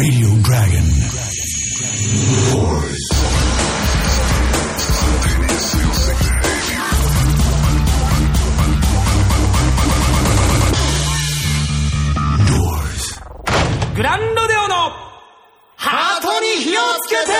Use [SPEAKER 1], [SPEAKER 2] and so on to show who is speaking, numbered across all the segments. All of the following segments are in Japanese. [SPEAKER 1] Radio Dragon. Doors.
[SPEAKER 2] グランロデオのハートに火をつけて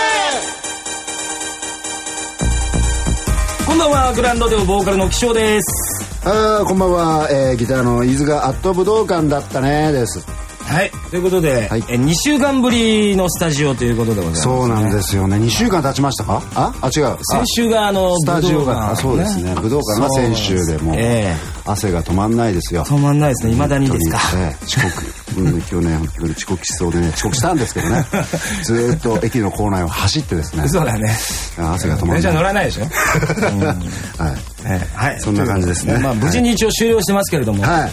[SPEAKER 2] こんばんは、グランロデオボーカルの気象です。
[SPEAKER 3] あーこんばんは、えーギターの伊豆がアット武道館だったねです
[SPEAKER 2] はい。ということで、
[SPEAKER 3] はい
[SPEAKER 2] え2週間ぶりのスタジオということでございます、
[SPEAKER 3] そうなんですよね2週間経ちましたかああ違うあ
[SPEAKER 2] 先週があの、
[SPEAKER 3] スタジオ
[SPEAKER 2] 武道
[SPEAKER 3] が
[SPEAKER 2] 館
[SPEAKER 3] あそうですね武道館が先週でもう
[SPEAKER 2] え
[SPEAKER 3] 汗が止まんないですよ
[SPEAKER 2] え止まんないですね、未だにですか。
[SPEAKER 3] 本当にええ遅刻、うん、今日ね本当に遅刻しそうでね遅刻したんですけど ねずーっと駅の構内を走ってですね
[SPEAKER 2] そうだね。
[SPEAKER 3] あ汗が止まん
[SPEAKER 2] 電
[SPEAKER 3] な
[SPEAKER 2] 車乗
[SPEAKER 3] い、はい、
[SPEAKER 2] らないでしょ、ええはい。
[SPEAKER 3] そんな感じですね
[SPEAKER 2] まあ、無事に一応終了してますけれども、
[SPEAKER 3] はい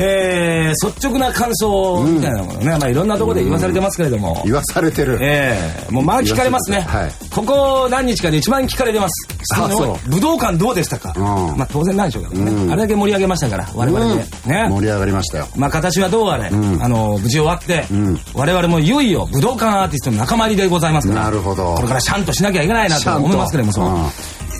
[SPEAKER 2] えー率直な感想みたいなものね、まあ、いろんなところで言わされてますけれども、
[SPEAKER 3] 言わされてる、
[SPEAKER 2] ええもうまあ聞かれますね、
[SPEAKER 3] はい
[SPEAKER 2] ここ何日かで一番聞かれてます
[SPEAKER 3] あそう
[SPEAKER 2] 武道館どうでしたか、
[SPEAKER 3] うん
[SPEAKER 2] まあ当然なんでしょうけどね、あれだけ盛り上げましたから我々で、
[SPEAKER 3] 盛
[SPEAKER 2] ね
[SPEAKER 3] り上がりましたよ
[SPEAKER 2] まあ形はどうあれ、あの無事終わって、我々もいよいよ武道館アーティストの仲間入りでございますから
[SPEAKER 3] なるほど
[SPEAKER 2] これからシャンとしなきゃいけないなと思いますけれども
[SPEAKER 3] シャン
[SPEAKER 2] そ
[SPEAKER 3] と
[SPEAKER 2] う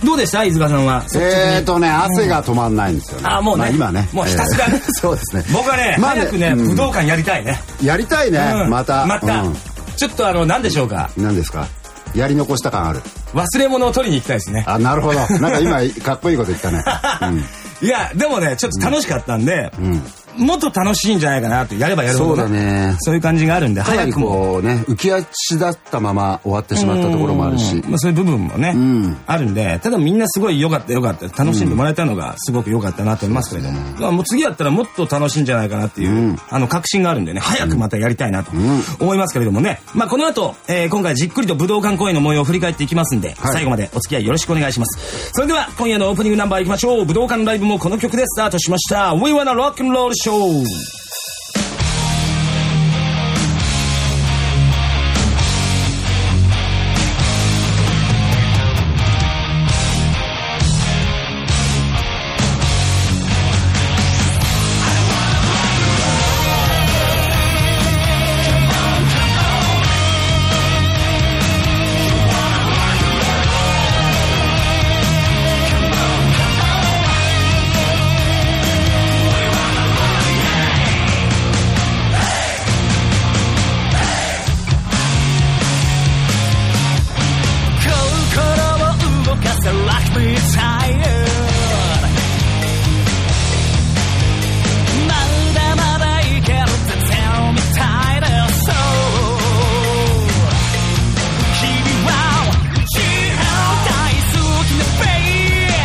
[SPEAKER 2] どうでした飯塚さんは率直に
[SPEAKER 3] えーとね汗が止まんないんですよね、
[SPEAKER 2] あーもうね
[SPEAKER 3] ま今ね
[SPEAKER 2] もうひたすら
[SPEAKER 3] えー そうですね
[SPEAKER 2] 僕はね、
[SPEAKER 3] まあ
[SPEAKER 2] 早くね、
[SPEAKER 3] うん
[SPEAKER 2] 武道館やりたいね、
[SPEAKER 3] やりたいね、
[SPEAKER 2] うん
[SPEAKER 3] また
[SPEAKER 2] また、
[SPEAKER 3] うん
[SPEAKER 2] ちょっとあの何でしょうか
[SPEAKER 3] 何ですかやり残した感ある
[SPEAKER 2] 忘れ物を取りに行きたいですね
[SPEAKER 3] あな るほどなんか今かっこいいこと言ったね、
[SPEAKER 2] いやでもねちょっと楽しかったんで、もっと楽しいんじゃないかなとやればや
[SPEAKER 3] うん、
[SPEAKER 2] るほ
[SPEAKER 3] そ
[SPEAKER 2] ど、
[SPEAKER 3] うだね
[SPEAKER 2] そういう感じがあるんで
[SPEAKER 3] かな
[SPEAKER 2] 早
[SPEAKER 3] り
[SPEAKER 2] くも
[SPEAKER 3] こうね浮き足だったまま終わってしまったところもあるし
[SPEAKER 2] まあ、そういう部分もね、
[SPEAKER 3] ん
[SPEAKER 2] あるんでただみんなすごい良かった良かった楽しんでもらえたのがすごく良かったなと思いますけれども,、まあ、もう次やったらもっと楽しいんじゃないかなっていう、あの確信があるんでね早くまたやりたいなと思いますけれどもね、まあ、この後、えー今回じっくりと武道館公演の模様を振り返っていきますんで、
[SPEAKER 3] はい
[SPEAKER 2] 最後までお付き合いよろしくお願いしますそれでは今夜のオープニングナンバーいきましょう武道館ライブもこの曲でスタートしました「We Wanna Rock and Roll Show」
[SPEAKER 4] 心を動かせ Rock me tired まだまだいけるって Tell me tired so 君は自分大好きな Babe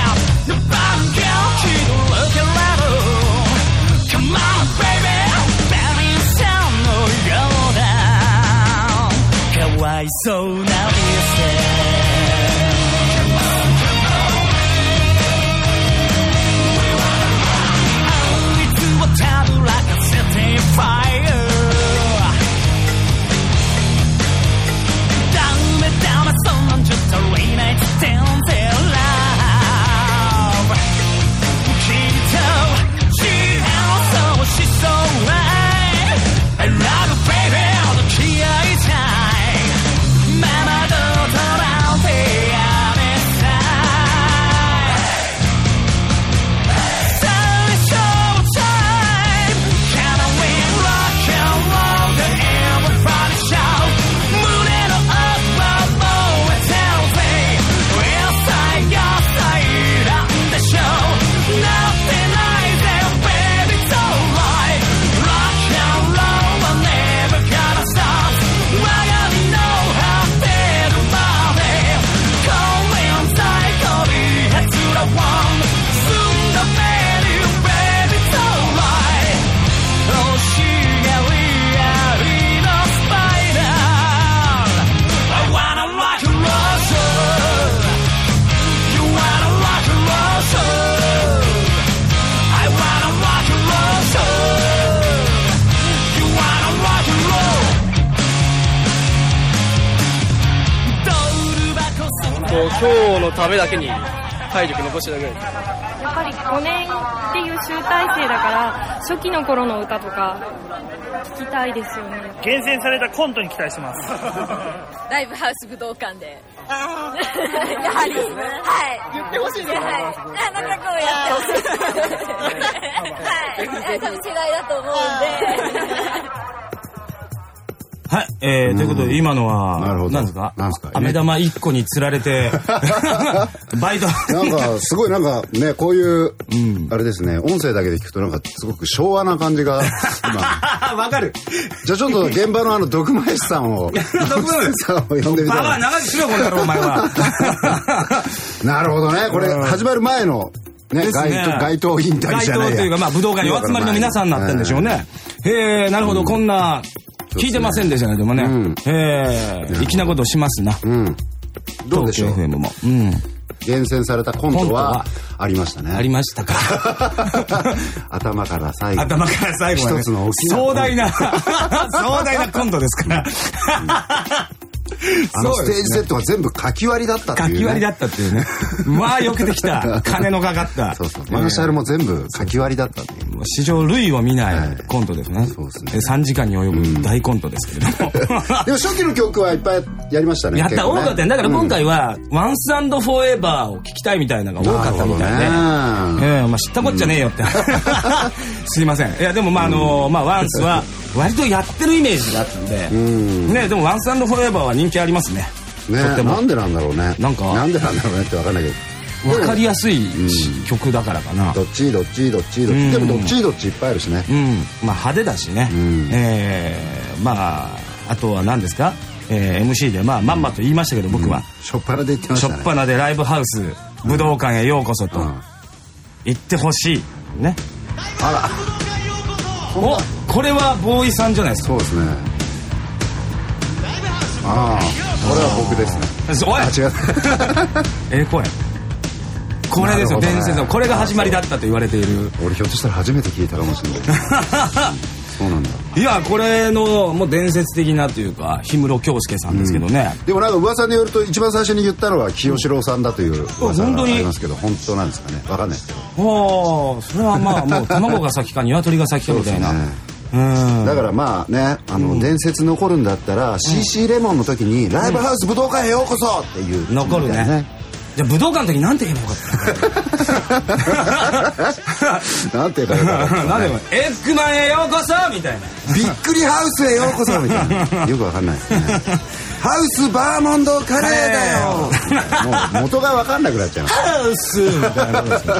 [SPEAKER 4] の番狂気のロケラブ Come on baby ベリーさんのようなかわいそうなリステあいつをたぶらかせて Fire ダメダメそんなんじゃ足りないって全然 Love 君と幸せをしそう I love you baby 抱き合いたいママとなんてやめたい It's showtime! Can we rock and roll? Can everybody shout? Moon and up, up, oh, and tell me, where's the side on the show? Nothing like that, baby, it's alright. Rock and roll, we're never gonna stop. We're gonna know how bad money. Call me on psychology, that's what I want. Soon the baby, baby, it's Oh, alright. 星がリアルのスパイダー「I wanna rock and roll you wanna rock and roll I wanna rock and roll you wanna rock and roll ドール箱さん
[SPEAKER 5] こう今日のためだけに体力残してたぐらい
[SPEAKER 6] やっぱり5年っていう集大成だから、
[SPEAKER 1] 初期の頃の歌とか聞きたいですよね
[SPEAKER 5] 厳選されたコントに期待します。
[SPEAKER 6] ライブハウス武道館で。やはり、はい。言ってほしいですね。はい。あなんかこうやってほしい。はい。多分世代だと思うんで。
[SPEAKER 2] はい、えー、ということで、今のは、
[SPEAKER 3] なるほど
[SPEAKER 2] んですか
[SPEAKER 3] なんですか
[SPEAKER 2] 飴玉1個に釣られ て、バイト。
[SPEAKER 3] なんか、すごいなんかね、こういう、あれですね、音声だけで聞くとなんか、すごく昭和な感 じが、今。
[SPEAKER 2] わかる。
[SPEAKER 3] じゃあちょっと現場のあの、毒前師さ んを、
[SPEAKER 2] 毒前師
[SPEAKER 3] さんを呼んでみ
[SPEAKER 2] ババ
[SPEAKER 3] た
[SPEAKER 2] ア、
[SPEAKER 3] い。
[SPEAKER 2] 長くしろ、これだろ、お前 は。
[SPEAKER 3] なるほどね。これ、
[SPEAKER 2] うん
[SPEAKER 3] 始まる前の、ね、
[SPEAKER 2] です
[SPEAKER 3] 街
[SPEAKER 2] ね
[SPEAKER 3] 頭、街頭インタビュー
[SPEAKER 2] 街
[SPEAKER 3] じゃ
[SPEAKER 2] 頭
[SPEAKER 3] ないや
[SPEAKER 2] というか、まあ、武道館にお集まりの皆さんになってんでしょう。ね。へえ、なるほど、こんな、聞いてませんでしたね、でもね
[SPEAKER 3] うん。
[SPEAKER 2] へえ、粋なことしますな。
[SPEAKER 3] うん。どうでしょう
[SPEAKER 2] 東京 FM も。うん。
[SPEAKER 3] 厳選されたコン
[SPEAKER 2] コン
[SPEAKER 3] ト
[SPEAKER 2] トは
[SPEAKER 3] は、ありましたね。
[SPEAKER 2] ありましたか。
[SPEAKER 3] 頭から最後。
[SPEAKER 2] 頭から最後まで。
[SPEAKER 3] 一つの大きな
[SPEAKER 2] 壮大な、 壮大なコントです から。
[SPEAKER 3] あの
[SPEAKER 2] そ
[SPEAKER 3] ス
[SPEAKER 2] うで
[SPEAKER 3] テー
[SPEAKER 2] す
[SPEAKER 3] ジ
[SPEAKER 2] ね
[SPEAKER 3] セットが全部書き割りだったっていう、
[SPEAKER 2] か
[SPEAKER 3] ね。
[SPEAKER 2] き割りだったっていうね。まあよくでき た。金のかかった。
[SPEAKER 3] そうそう。マーシャルも全部書き割りだったっていう。
[SPEAKER 2] 史上類を見な
[SPEAKER 3] はい
[SPEAKER 2] いコントですね。
[SPEAKER 3] そうですね
[SPEAKER 2] え3時間に及ぶ大コントですけれども。
[SPEAKER 3] でも初期の曲はいっぱいやりました ね。
[SPEAKER 2] やった、
[SPEAKER 3] 結構
[SPEAKER 2] 多
[SPEAKER 3] ね
[SPEAKER 2] かったよ。だから今回は、ワンスフォーエバーを聞きたいみたいなのが多かったみたいで。
[SPEAKER 3] なるほどね
[SPEAKER 2] ええまあ知ったこっちゃねえよって。 すいません。いや、でもまああの、まあワンスは、割とやってるイメージがあったんで。ねでもワンスフォーエバーは人気ありますね。とっ
[SPEAKER 3] ね
[SPEAKER 2] ても
[SPEAKER 3] なんでなんだろうね。
[SPEAKER 2] なんか
[SPEAKER 3] なんでなんだろうねってわかんないけど。
[SPEAKER 2] わかりやすい曲だからかな。
[SPEAKER 3] どっちどっちどっちどっ
[SPEAKER 2] うん
[SPEAKER 3] ち。でもどっちどっちいっぱいあるしね
[SPEAKER 2] う。ん、まあ派手だしね、
[SPEAKER 3] ん
[SPEAKER 2] えーまああとは何ですか、えー MC で、まあ、まんまと言いましたけど僕は、
[SPEAKER 3] しょっぱらで言ってまし
[SPEAKER 2] 初
[SPEAKER 3] た
[SPEAKER 2] っ
[SPEAKER 3] ね。
[SPEAKER 2] 端でライブハウス武道館へようこそと
[SPEAKER 3] うん
[SPEAKER 2] 言ってほしいね
[SPEAKER 3] あ
[SPEAKER 2] おこれはボーイさんじゃないですか
[SPEAKER 3] ら、そうですね。ああ、これは僕ですね。
[SPEAKER 2] おい
[SPEAKER 3] あ、違う。
[SPEAKER 2] ええ声これですよ、
[SPEAKER 3] なるほどね
[SPEAKER 2] 伝説のこれが始まりだったと言われている
[SPEAKER 3] 俺ひょっとしたら初めて聞いたか もしれない。そうなんだ。
[SPEAKER 2] いやこれのもう伝説的なというか氷室京介さんですけどね、
[SPEAKER 3] でもなんか噂によると一番最初に言ったのは清志郎さんだという噂
[SPEAKER 2] うんあ本当
[SPEAKER 3] があ
[SPEAKER 2] に
[SPEAKER 3] りますけど本当なんですかねわかんないですけど
[SPEAKER 2] おーそれはまあもう卵が先か鶏が先かみたいなう,、
[SPEAKER 3] ね
[SPEAKER 2] ん
[SPEAKER 3] だからまあねあの伝説残るんだったら CC レモンの時に「ライブハウス武道館へようこそ!」っていう
[SPEAKER 2] 残るねじゃあ武道館の時なんて言えばよかっ
[SPEAKER 3] なんて言えばよかった
[SPEAKER 2] た
[SPEAKER 3] の
[SPEAKER 2] な
[SPEAKER 3] か
[SPEAKER 2] んでも「エッグマンへようこそ!」みたいな
[SPEAKER 3] びっくりハウスへようこそみたい なよくわかんないですねハウスバーモンドカレーだよもう元がわかんなくなっちゃい
[SPEAKER 2] 「
[SPEAKER 3] ま
[SPEAKER 2] ハウス!」みたい なことで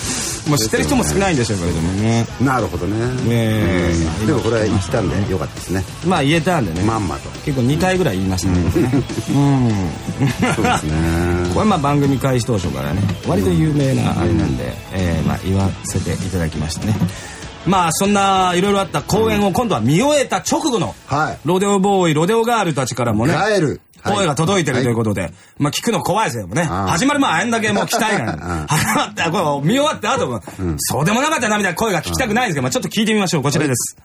[SPEAKER 2] すねもう知ってる人も少ないんでしょうけれどもね
[SPEAKER 3] すなるほどね
[SPEAKER 2] え
[SPEAKER 3] うんでもこれは言ったんでよかったですね
[SPEAKER 2] まあ言えたんでね
[SPEAKER 3] まんまと
[SPEAKER 2] 結構2回ぐらい言いました ね
[SPEAKER 3] そうですね
[SPEAKER 2] これはまあ番組開始当初からね割と有名なあれなんで、えーまあ言わせていただきましたねまあそんないろいろあった公演を今度は見終えた直後の
[SPEAKER 3] はい
[SPEAKER 2] ロデオボーイロデオガールたちからもね
[SPEAKER 3] 帰る
[SPEAKER 2] 声が届いてるという
[SPEAKER 3] こ
[SPEAKER 2] ことで、まあ聞くの怖いですよもね
[SPEAKER 3] ああ
[SPEAKER 2] 始まる前あんだけもう期待感払ったこれ見終わった後も、そうでもなかったなみたいな声が聞きたくないんですけど、まあ、ちょっと聞いてみましょうこちらです、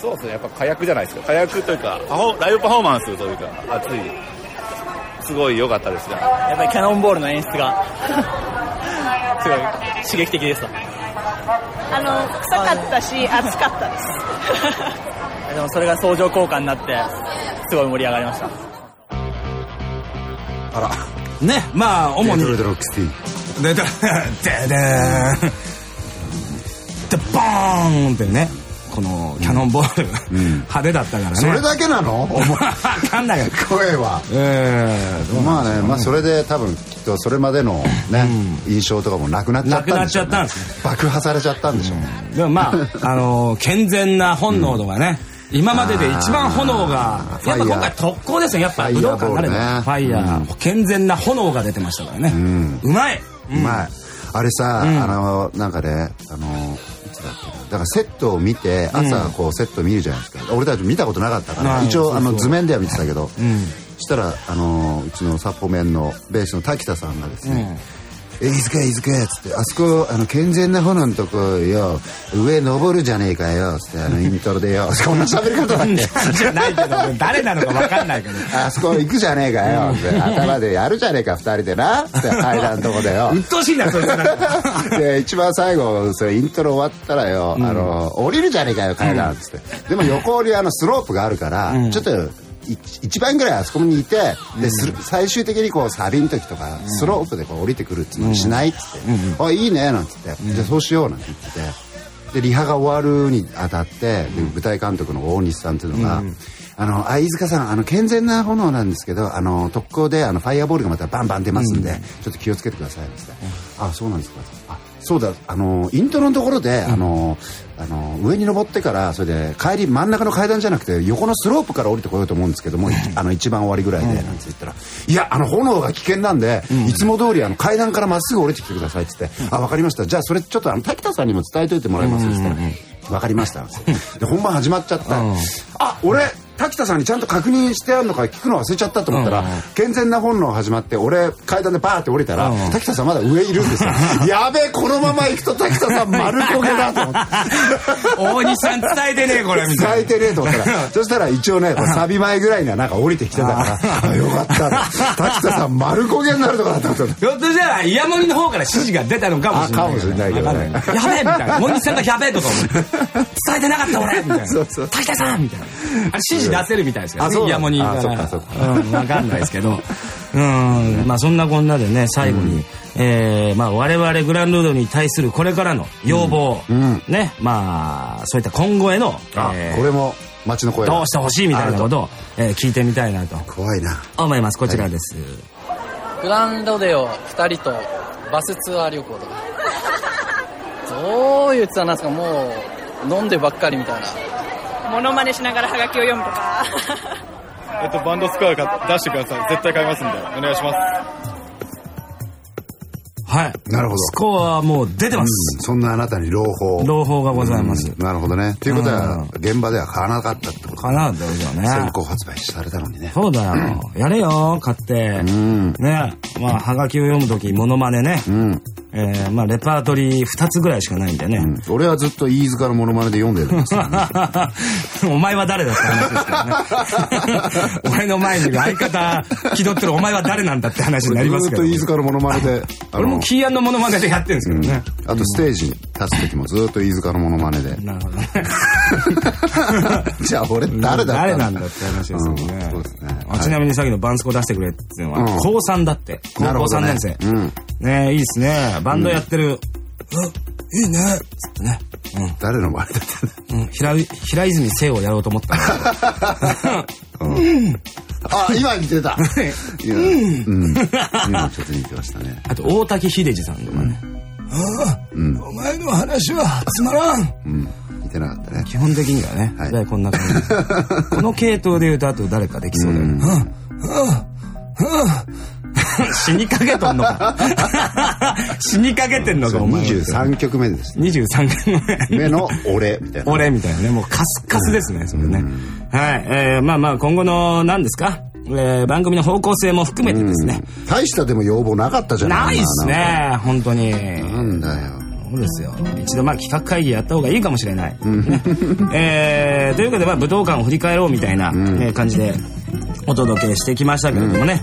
[SPEAKER 7] そうですね、やっぱ火薬じゃないですか。火薬というか、パフォーライブパフォーマンスというか、熱い。すごい良かったですね。
[SPEAKER 5] やっぱりキャノンボールの演出 が、すごい刺激的でした。
[SPEAKER 8] あの、臭かったし、暑かったで す。
[SPEAKER 5] でもそれが相乗効果になって、すごい盛り上がりました。
[SPEAKER 3] あら
[SPEAKER 2] ねまあ主
[SPEAKER 3] レ
[SPEAKER 2] に
[SPEAKER 3] トロドロックスティ
[SPEAKER 2] で、で、で、でーん。で、ボーンってね、このキャノンボール、派手だったからね。
[SPEAKER 3] それだけなの
[SPEAKER 2] わかん ないけど。
[SPEAKER 3] 声は
[SPEAKER 2] えー
[SPEAKER 3] まあねまあそれで多分きっとそれまでのね印象とかもなくなっちゃったんでしょうね
[SPEAKER 2] なくなっちゃったんです
[SPEAKER 3] 爆破されちゃったんでしょうね
[SPEAKER 2] でも まあ、あのー健全な本能度がね、今までで一番炎が
[SPEAKER 3] あ、ー
[SPEAKER 2] やっぱ今
[SPEAKER 3] ファイヤ
[SPEAKER 2] 回
[SPEAKER 3] ー
[SPEAKER 2] 特攻ですよ、やっぱ
[SPEAKER 3] ファ
[SPEAKER 2] 武
[SPEAKER 3] イ
[SPEAKER 2] 道
[SPEAKER 3] ヤー
[SPEAKER 2] 館
[SPEAKER 3] ボ
[SPEAKER 2] に
[SPEAKER 3] ー
[SPEAKER 2] なれ
[SPEAKER 3] ルね
[SPEAKER 2] ば。ファイヤー、健全な炎が出てましたからね。うまいう
[SPEAKER 3] まいあれさあのなんかねあのいつだっけなだからセットを見て朝こうセット見るじゃないですか俺たち見たことなかったから
[SPEAKER 2] ない
[SPEAKER 3] 一
[SPEAKER 2] そう
[SPEAKER 3] 応あ
[SPEAKER 2] そう
[SPEAKER 3] の図面では見てたけどそしたらあのうちのサポメンのベースの滝田さんがですねえ飯塚飯塚」っつって「あそこあの健全な炎のとこよ上登るじゃねえかよ」っつってあのイントロでよこんな喋り方だっけ
[SPEAKER 2] じゃないけど誰なのか分かんないけど
[SPEAKER 3] あそこ行くじゃねえかよって頭でやるじゃねえか二人でなって階段のとこでよ
[SPEAKER 2] うっとうしいなそいつなんか
[SPEAKER 3] で一番最後それイントロ終わったらよ、あの降りるじゃねえかよ階段っつって、でも横にあのスロープがあるから、ちょっと一一番ぐらいあそこにいてで、する最終的にこうサビの時とか、スロープでこう降りてくるっつうのしないっつって「あいいね」なんつって、じゃあそうしよう」なんて言ってて。でリハが終わるにあたって、で舞台監督の大西さんっていうのが「あのあ飯塚さんあの健全な炎なんですけどあの特攻であのファイアボールがまたバンバン出ますんで、ちょっと気をつけてください」って言って「あそうなんですか」あそうだあのイントロのところで、あのあの上に登ってからそれで帰り真ん中の階段じゃなくて横のスロープから降りてこようと思うんですけども、あの一番終わりぐらいでなんて言ったら「いやあの炎が危険なんで、いつも通りあの階段からまっすぐ降りてきてください」って言って「あ分かりましたじゃあそれちょっとあの滝田さんにも伝えといてもらえます」って言ったら「分かりました」で本番始まっちゃった「あ俺滝田さんにちゃんと確認してあるのか聞くの忘れちゃったと思ったら、健全な本能始まって俺階段でバーって降りたら、滝田さんまだ上いるん ですよやべえこのまま行くと滝田さん丸焦げだと思って
[SPEAKER 2] 大西さん伝えてねえこれみた
[SPEAKER 3] 伝え
[SPEAKER 2] いな
[SPEAKER 3] てねえと思ったらそしたら一応ねこうサビ前ぐらいにはなんか降りてきてたからあよかった滝田さん丸焦げになるとこだったと思って
[SPEAKER 2] ひょっとしたらイヤモニの方から指示が出たのかもしれない
[SPEAKER 3] あかもしれないけどね
[SPEAKER 2] わかんないやべえみたいな大西さんがやべえとか 思って伝えてなかった俺みたいな
[SPEAKER 3] そうそう
[SPEAKER 2] 滝田さんみたいなあれ指示出せるみたいですよ
[SPEAKER 3] あそう
[SPEAKER 2] ねイヤモニが
[SPEAKER 3] あそっかそっか
[SPEAKER 2] うんわかんないですけどうんまあそんなこんなでね最後に、えーまあ、我々グランルードに対するこれからの要望、
[SPEAKER 3] うん
[SPEAKER 2] ねまあそういった今後への、
[SPEAKER 3] あ
[SPEAKER 2] えー
[SPEAKER 3] これも街の声だ
[SPEAKER 2] どうしてほしいみたいなことを、えー聞いてみたいなと
[SPEAKER 3] 怖いな
[SPEAKER 2] 思いますこちらです、
[SPEAKER 9] グランドデオ2人とバスツアー旅行 とかどういうツアーなんですかもう飲んでばっかりみたいな
[SPEAKER 8] モノマネしながらハガキを読むとか
[SPEAKER 7] えっと、バンドスコアが出してください。絶対買いますんで。お願いします。
[SPEAKER 2] はい
[SPEAKER 3] なるほど
[SPEAKER 2] スコアはもう出て
[SPEAKER 3] う
[SPEAKER 2] ま
[SPEAKER 3] ん
[SPEAKER 2] す、
[SPEAKER 3] そんなあなたに朗報
[SPEAKER 2] 朗報がございます、
[SPEAKER 3] うんなるほどねということは現場では買わなかったってこと
[SPEAKER 2] かなだよね
[SPEAKER 3] 先行発売されたのにね
[SPEAKER 2] そうだよやれよ買って
[SPEAKER 3] うん
[SPEAKER 2] ねまあはがきを読む時モノマネね、
[SPEAKER 3] うん、
[SPEAKER 2] えーまあレパートリー2つぐらいしかないんでね、
[SPEAKER 3] 俺はずっと飯塚のモノマネで読んでるんですよ
[SPEAKER 2] お前は誰だって話ですけどね 俺の前にいる相方気取ってるお前は誰なんだって話になります
[SPEAKER 3] ず
[SPEAKER 2] け
[SPEAKER 3] っ
[SPEAKER 2] ど
[SPEAKER 3] と飯塚のモノマネ であ
[SPEAKER 2] 俺
[SPEAKER 3] の
[SPEAKER 2] もキーアンのモノマネでやってるんですけどね、
[SPEAKER 3] あとステージに立つ時もずっと飯塚のモノマネで
[SPEAKER 2] なるほどね
[SPEAKER 3] じゃあ俺誰だった
[SPEAKER 2] 誰なんだって話ですよ
[SPEAKER 3] う
[SPEAKER 2] ね
[SPEAKER 3] ん。そうですね
[SPEAKER 2] あちなみにさっきのバンスコ出してくれっていうのは、
[SPEAKER 3] うん
[SPEAKER 2] 高3だって。高
[SPEAKER 3] なるほ
[SPEAKER 2] 校3
[SPEAKER 3] どね
[SPEAKER 2] 年生。
[SPEAKER 3] うん
[SPEAKER 2] ねいいですね。バンドやってる。うん、いいね。つってね。
[SPEAKER 3] 誰の真似だったん
[SPEAKER 2] う
[SPEAKER 3] だ
[SPEAKER 2] ん、平井平泉聖をやろうと思ったんだけ
[SPEAKER 3] あ今似て たいやうん今ちょっと似てましたね
[SPEAKER 2] どあと、大滝秀治さんとかね。ああ、お前の話はつまらん。
[SPEAKER 3] うん似てなかったね
[SPEAKER 2] 基本的にはね、
[SPEAKER 3] はい
[SPEAKER 2] だい、こんな感じです この系統で言うとあと誰かできそうだよね、はあはあはあ死にかけとんの か死にかけてんのかお前は
[SPEAKER 3] 23曲目です
[SPEAKER 2] 23回目
[SPEAKER 3] 目の俺みたいな
[SPEAKER 2] 俺みたいなねもうカスカスですねそれねはいえー、まあまあ今後の何ですか、えー、番組の方向性も含めてですね
[SPEAKER 3] 大したでも要望なかったじゃない
[SPEAKER 2] ないっすね本当に
[SPEAKER 3] なんだよ
[SPEAKER 2] そうですよ一度まあ企画会議やった方がいいかもしれない、ねえーということでまあ武道館を振り返ろうみたいな、えー感じでお届けしてきましたけれどもね、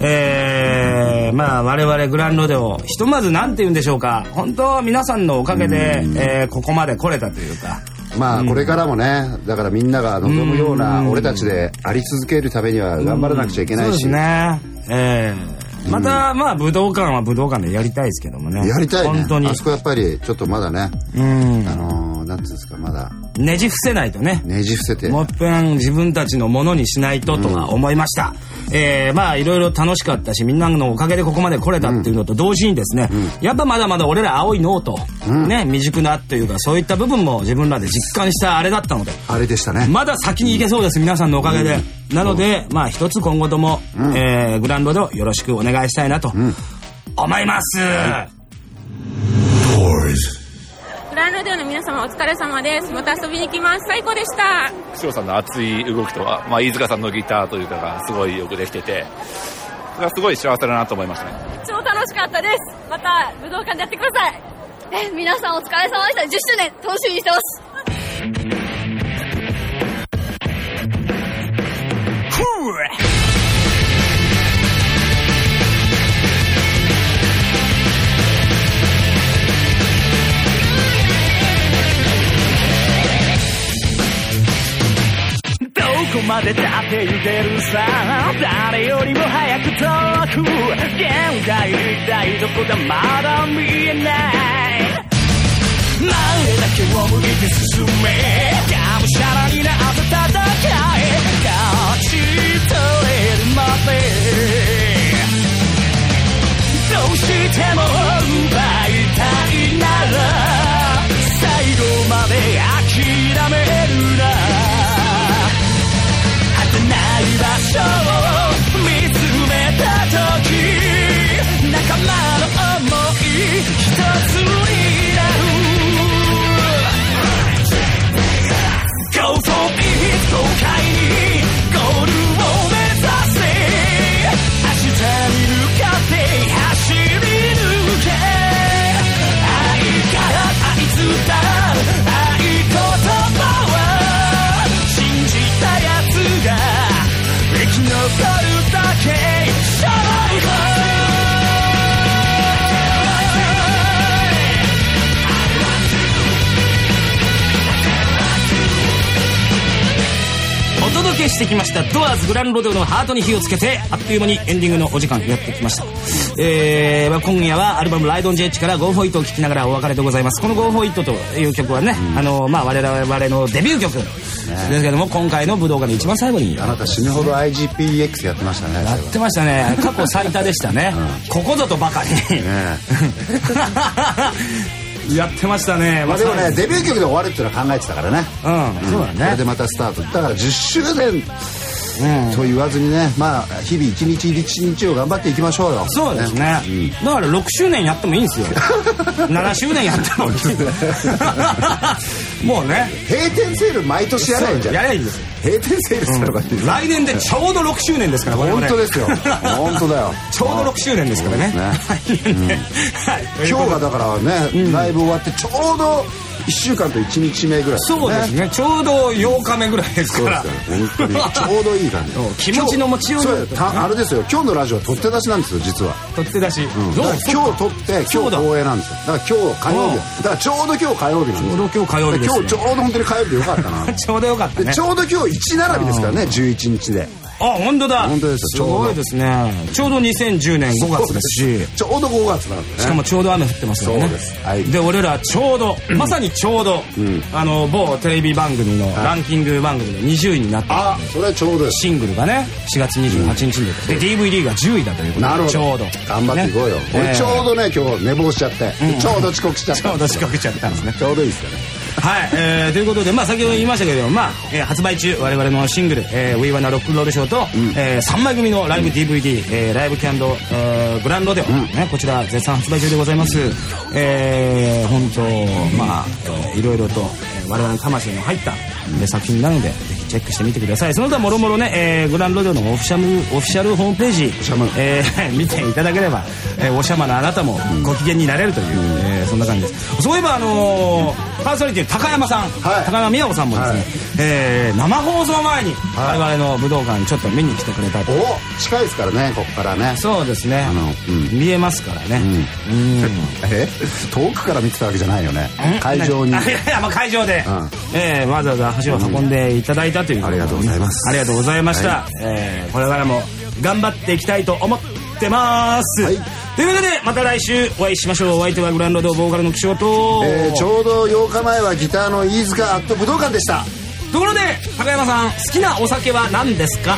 [SPEAKER 2] えーまあ我々グランロデオひとまず何て言うんでしょうか本当皆さんのおかげで、えーここまで来れたというか
[SPEAKER 3] まあこれからもねだからみんなが望むような俺たちであり続けるためには頑張らなくちゃいけない
[SPEAKER 2] そうで
[SPEAKER 3] し
[SPEAKER 2] すねえーまた、まあ、武道館は武道館でやりたいですけどもね。
[SPEAKER 3] やりたいね
[SPEAKER 2] 本当に
[SPEAKER 3] あ。そこやっぱりちょっとまだね
[SPEAKER 2] うん。
[SPEAKER 3] あのーなんていうんですかまだ
[SPEAKER 2] ねじ伏せないとね。
[SPEAKER 3] ねじ伏せて
[SPEAKER 2] もう一遍自分たちのものにしないととは思いました。えー、まあいろいろ楽しかったし、みんなのおかげでここまで来れたっていうのと同時にですね、やっぱまだまだ俺ら青いノート、ね、未熟なというか、そういった部分も自分らで実感したあれだったので、
[SPEAKER 3] あれでしたね
[SPEAKER 2] まだ先に行けそうです、皆さんのおかげで。なので、まあ一つ今後とも、えー、グランドでよろしくお願いしたいなと、思います。
[SPEAKER 10] グランドデオの皆様お疲れ様です。また遊びに来ます。最高でした。
[SPEAKER 7] 翔さんの熱い動きとは、まあ、飯塚さんのギターというかがすごいよくできてて、それはすごい幸せだなと思いましたね。
[SPEAKER 10] 超楽しかった
[SPEAKER 6] かったです。また武道館でやってください。え、皆さんお疲れ様でした。10周年楽しみにしてます。
[SPEAKER 4] どこまでだって揺れるさ誰よりも早く遠く現在一体どこだまだ見えない前だけを向いて進めがむしゃらになって戦え勝ち取れるまでどうしても奪いたいなら最後まで諦めるな儚い場所を見つめた時仲間の想い一つになる Go for it 後悔にゴールを目指せ明日に向かって走り抜け愛から愛伝愛言葉は信じたやつが生き残るだけシャバイ
[SPEAKER 2] お届けしてきましたドアーズグランロデオのハートに火をつけてあっという間にエンディングのお時間やってきました、えーまあ、今夜はアルバム「ライドンジェッジ」から「ゴーフォイトを聴きながらお別れでございますこの「ゴーフォイトという曲はね、あのまあ、我々のデビュー曲ですけども今回の武道館で一番最後に
[SPEAKER 3] あなた死ぬほど IGPX やってましたね
[SPEAKER 2] やってましたね過去最多でしたね、ここぞとばかり
[SPEAKER 3] ね
[SPEAKER 2] やってましたね
[SPEAKER 3] まあでもねデビュー曲で終わるっていうのは考えてたからね
[SPEAKER 2] うんそうだ
[SPEAKER 3] これ
[SPEAKER 2] ね
[SPEAKER 3] でまたスタートだから10周年と言わずにねまあ日々一日一日を頑張っていきましょうよ
[SPEAKER 2] そうですねだから6周年やってもいいんで すよ7周年やってもいいもうね
[SPEAKER 3] 閉店セール毎年やらないんじゃん
[SPEAKER 2] やればいいんですよ
[SPEAKER 3] 閉店セールしたのかっていう
[SPEAKER 2] 来年でちょうど6周年ですから我々
[SPEAKER 3] 本当 ですよ本当だよ
[SPEAKER 2] ちょうど6周年ですからね
[SPEAKER 3] そうですね
[SPEAKER 2] はい
[SPEAKER 3] 今日がだからねライブ終わってちょうど1週間と1日目ぐらい
[SPEAKER 2] そうですねちょうど8日目ぐらいですから
[SPEAKER 3] 本当 にちょうどいい感じ
[SPEAKER 2] 気持ちの持ちように
[SPEAKER 3] 今日そうたあれですよ今日のラジオは取って出しなんですよ実は
[SPEAKER 2] 取って出し
[SPEAKER 3] うんだから今日撮って
[SPEAKER 2] そ
[SPEAKER 3] 今
[SPEAKER 2] う
[SPEAKER 3] 日
[SPEAKER 2] だ
[SPEAKER 3] 放映なんですよだから今日火曜日だからちょうど今日火曜日なんです
[SPEAKER 2] ち
[SPEAKER 3] よ
[SPEAKER 2] ょうど今日火曜日ですね
[SPEAKER 3] だから今日ちょうど本当に火曜日でよかったな で
[SPEAKER 2] ちょうどよかったね
[SPEAKER 3] ちょうど今日一並びですからね11日で
[SPEAKER 2] あ本当だ
[SPEAKER 3] 本当ですよ
[SPEAKER 2] すごいですねちょうど2010年5月ですし
[SPEAKER 3] ちょうど5月なんでね
[SPEAKER 2] しかもちょうど雨降ってますよね
[SPEAKER 3] そうですはい
[SPEAKER 2] で俺らちょうどまさにちょうど、あの某テレビ番組のランキング番組の20位になった
[SPEAKER 3] あそれはちょうどです
[SPEAKER 2] シングルがね4月28日に出て、で DVD が10位だということで
[SPEAKER 3] なるほど
[SPEAKER 2] ちょうど
[SPEAKER 3] 頑張っていこうよ
[SPEAKER 2] ね
[SPEAKER 3] 俺ちょ
[SPEAKER 2] え
[SPEAKER 3] うどね今日寝坊しちゃってちょうど遅刻しちゃっ
[SPEAKER 2] ーちょ
[SPEAKER 3] た
[SPEAKER 2] うど仕掛けちゃったんですね
[SPEAKER 3] ちょうどいいですよね
[SPEAKER 2] はい、えーということで、まあ、先ほど言いましたけれども、まあえー発売中我々のシングル「えー We Wanna Rock and Roll ショーと」え3枚組のライブ DVD「えーライブキャンド、えーグランドでは、ね、こちら絶賛発売中でございます、えー本当まあ、えーいろいろと、えー我々の魂の入った、えー作品なのでぜひチェックしてみてくださいその他もろもろね、えーグランドでのオフィシャルオフィシャルホームページ
[SPEAKER 3] シャム
[SPEAKER 2] えー見ていただければ、えーおしゃまなあなたもご機嫌になれるという、えーそんな感じですそういえばあのーパーソナリティの高山さん、
[SPEAKER 3] はい
[SPEAKER 2] 高山美穂さんもですね、
[SPEAKER 3] はい
[SPEAKER 2] えー生放送前に
[SPEAKER 3] はい
[SPEAKER 2] 我々の武道館にちょっと見に来てくれたと、
[SPEAKER 3] お近いですからねここからね
[SPEAKER 2] そうですね
[SPEAKER 3] あのうん
[SPEAKER 2] 見えますからね、うん
[SPEAKER 3] え遠くから見てたわけじゃないよね会場に
[SPEAKER 2] あいやいや、まあ、会場で、
[SPEAKER 3] うん
[SPEAKER 2] えーわざわざ足を運んでいただいたという、
[SPEAKER 3] ありがとうございます
[SPEAKER 2] ありがとうございました、
[SPEAKER 3] は
[SPEAKER 2] えーこれからも頑張っていきたいと思ってます、
[SPEAKER 3] はい
[SPEAKER 2] ということでまた来週お会いしましょうお相手はグランドドボーカルの気象と、
[SPEAKER 3] えーちょうど8日前はギターの飯塚アット武道館でした
[SPEAKER 2] ところで高山さん好きなお酒は何ですか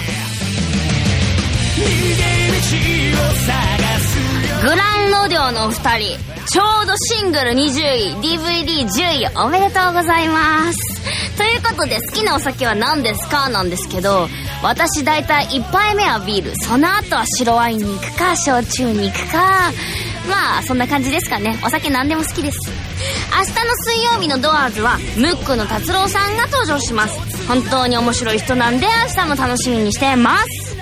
[SPEAKER 6] グランロデオのお二人ちょうどシングル20位 DVD10 位おめでとうございますということで好きなお酒は何ですかなんですけど私大体1杯目はビールその後は白ワインに行くか焼酎に行くかまあそんな感じですかねお酒何でも好きです明日の水曜日のドアーズはムックの達郎さんが登場します本当に面白い人なんで明日も楽しみにしてます